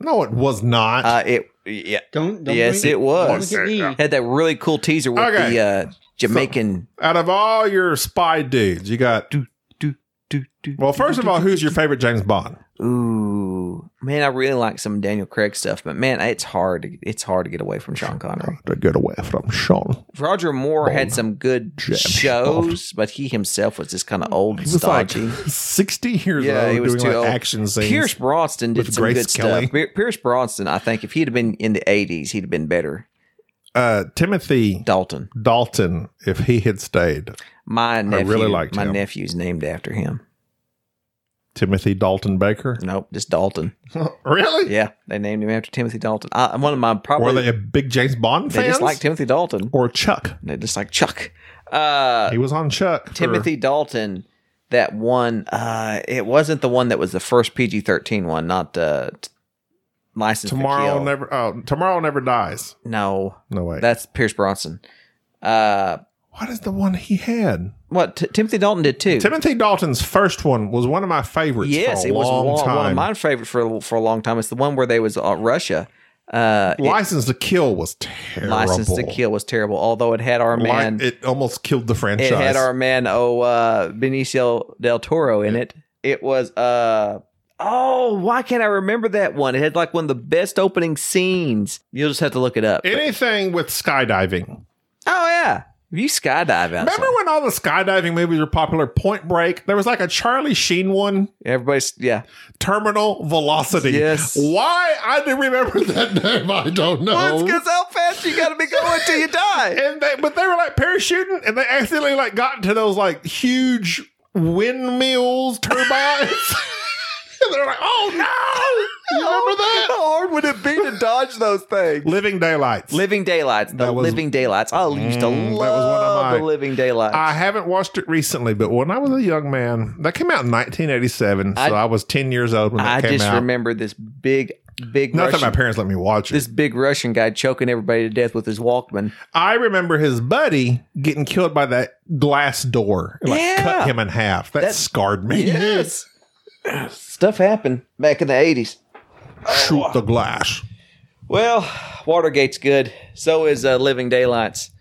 Speaker 1: No, it was not.
Speaker 2: Uh, it yeah
Speaker 4: Don't. don't
Speaker 2: Yes,
Speaker 4: blink-
Speaker 2: it was.
Speaker 4: don't Look at me.
Speaker 2: had that really cool teaser with
Speaker 1: Okay.
Speaker 2: the uh, Jamaican.
Speaker 1: out of all your spy dudes, you got.
Speaker 2: do, do,
Speaker 1: Well, first of all, who's your favorite James Bond?
Speaker 2: Ooh, man, I really like some Daniel Craig stuff, but man, it's hard. to- It's hard to get away from Sean Connery.
Speaker 1: To get away from Sean.
Speaker 2: Roger Moore had some good
Speaker 1: James
Speaker 2: shows, but he himself was just kind of old and
Speaker 1: He was like
Speaker 2: stodgy.
Speaker 1: 60 years
Speaker 2: Yeah,
Speaker 1: old
Speaker 2: he was
Speaker 1: doing
Speaker 2: too
Speaker 1: like
Speaker 2: old.
Speaker 1: action scenes.
Speaker 2: Pierce Brosnan did
Speaker 1: with
Speaker 2: some
Speaker 1: Grace
Speaker 2: good
Speaker 1: Kelly.
Speaker 2: stuff. Pier- Pierce Brosnan, I think, if he'd have been in the '80s, he'd have been better.
Speaker 1: uh, Timothy
Speaker 2: Dalton,
Speaker 1: Dalton, if he had stayed,
Speaker 2: my nephew,
Speaker 1: really liked
Speaker 2: my
Speaker 1: him.
Speaker 2: nephew's named after him.
Speaker 1: Timothy Dalton
Speaker 2: *laughs*
Speaker 1: Baker.
Speaker 2: Nope, just Dalton.
Speaker 1: really?
Speaker 2: Yeah, they named him after Timothy Dalton. I, one of my
Speaker 1: Were
Speaker 2: probably
Speaker 1: they a big James Bond
Speaker 2: they
Speaker 1: fan?
Speaker 2: just like Timothy Dalton.
Speaker 1: Or Chuck.
Speaker 2: They just like Chuck. Uh,
Speaker 1: He was on Chuck. for-
Speaker 2: Timothy Dalton, that one, uh, it wasn't the one that was the first PG 13 one, not uh, t- License to
Speaker 1: Tomorrow
Speaker 2: Kill.
Speaker 1: never. Oh, tomorrow never dies.
Speaker 2: no,
Speaker 1: No way.
Speaker 2: that's Pierce Bronson. Uh,
Speaker 1: what is the one he had?
Speaker 2: what? T- Timothy Dalton did too.
Speaker 1: Timothy Dalton's first one was one of my favorites.
Speaker 2: yes,
Speaker 1: for a
Speaker 2: it was
Speaker 1: long
Speaker 2: one,
Speaker 1: time.
Speaker 2: one of my favorite for, for a long time. It's the one where they was uh, Russia. Uh, it-
Speaker 1: License to Kill was terrible.
Speaker 2: License to Kill was terrible, although it had our
Speaker 1: Like,
Speaker 2: man.
Speaker 1: it almost killed the franchise.
Speaker 2: It had our man oh uh Benicio del Toro in it. It was uh oh, why can't I remember that one? It had like one of the best opening scenes. You'll just have to look it up.
Speaker 1: Anything with skydiving.
Speaker 2: oh yeah. If you skydive out.
Speaker 1: Remember when all the skydiving movies were popular? Point Break. There was like a Charlie Sheen one,
Speaker 2: everybody's yeah.
Speaker 1: Terminal Velocity.
Speaker 2: Yes.
Speaker 1: Why I do remember *laughs* that name, I don't know.
Speaker 2: Well, it's because how fast you gotta be going till you die. *laughs*
Speaker 1: and they, but they were like parachuting, and they accidentally like got into those like huge windmills
Speaker 2: *laughs*
Speaker 1: turbines. *laughs* and they're like, "Oh no!" You remember that?
Speaker 2: How hard would it be to dodge those things?
Speaker 1: Living Daylights.
Speaker 2: Living Daylights. The
Speaker 1: That was-
Speaker 2: Living Daylights. I used to
Speaker 1: Mm, that was
Speaker 2: love
Speaker 1: one of
Speaker 2: the
Speaker 1: my-
Speaker 2: Living Daylights.
Speaker 1: I haven't watched it recently, but when I was a young man, that came out in 1987, so
Speaker 2: I-
Speaker 1: I was 10 years old when
Speaker 2: I
Speaker 1: that came
Speaker 2: just
Speaker 1: out.
Speaker 2: remember this big, big
Speaker 1: Not that
Speaker 2: Russian
Speaker 1: my parents let me watch it.
Speaker 2: this big Russian guy choking everybody to death with his Walkman.
Speaker 1: I remember his buddy getting killed by that glass door. It, like
Speaker 2: Yeah.
Speaker 1: cut him in half. That,
Speaker 2: That-
Speaker 1: scarred me.
Speaker 2: Yes. Stuff happened back in the 80s. Oh.
Speaker 1: Shoot the glass.
Speaker 2: Well, Watergate's good. So is uh, Living Daylights.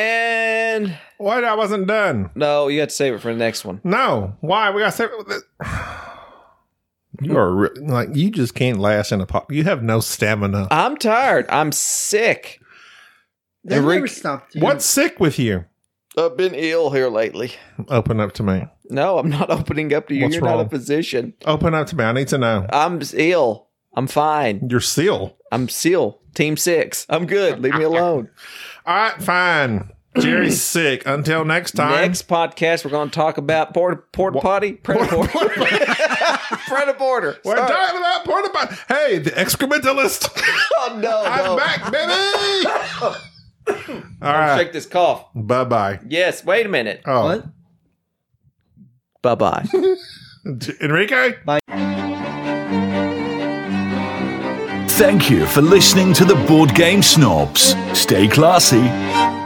Speaker 2: And
Speaker 1: Wait, I wasn't done.
Speaker 2: no, you got to save it for the next one.
Speaker 1: No. Why? We got to *sighs* You are re- like you just can't last in a pop. You have no stamina.
Speaker 2: I'm tired. I'm sick.
Speaker 4: They never
Speaker 2: Enrique-
Speaker 4: stopped. you.
Speaker 1: What's sick with you?
Speaker 2: I've been ill here lately.
Speaker 1: Open up to me.
Speaker 2: No, I'm not *laughs* opening up to you.
Speaker 1: What's
Speaker 2: You're not a
Speaker 1: wrong?
Speaker 2: physician.
Speaker 1: Open up to me. I need to know.
Speaker 2: I'm ill. I'm fine.
Speaker 1: You're seal.
Speaker 2: I'm seal. Team six. I'm good. Leave
Speaker 1: *laughs*
Speaker 2: me alone.
Speaker 1: All right, fine.
Speaker 2: *clears throat*
Speaker 1: Jerry's sick. Until next time.
Speaker 2: Next podcast, we're going to talk about port, port potty, predator, *laughs* predator border.
Speaker 1: We're talking about porta potty. Hey, the excrementalist. *laughs*
Speaker 2: Oh no,
Speaker 1: I'm
Speaker 2: no.
Speaker 1: back, baby. All right.
Speaker 2: Shake this cough.
Speaker 1: Bye bye.
Speaker 2: Yes. Wait a minute.
Speaker 1: Oh,
Speaker 4: What?
Speaker 2: Bye bye.
Speaker 1: Enrique.
Speaker 3: Thank you for listening to the Board Game Snobs. Stay classy.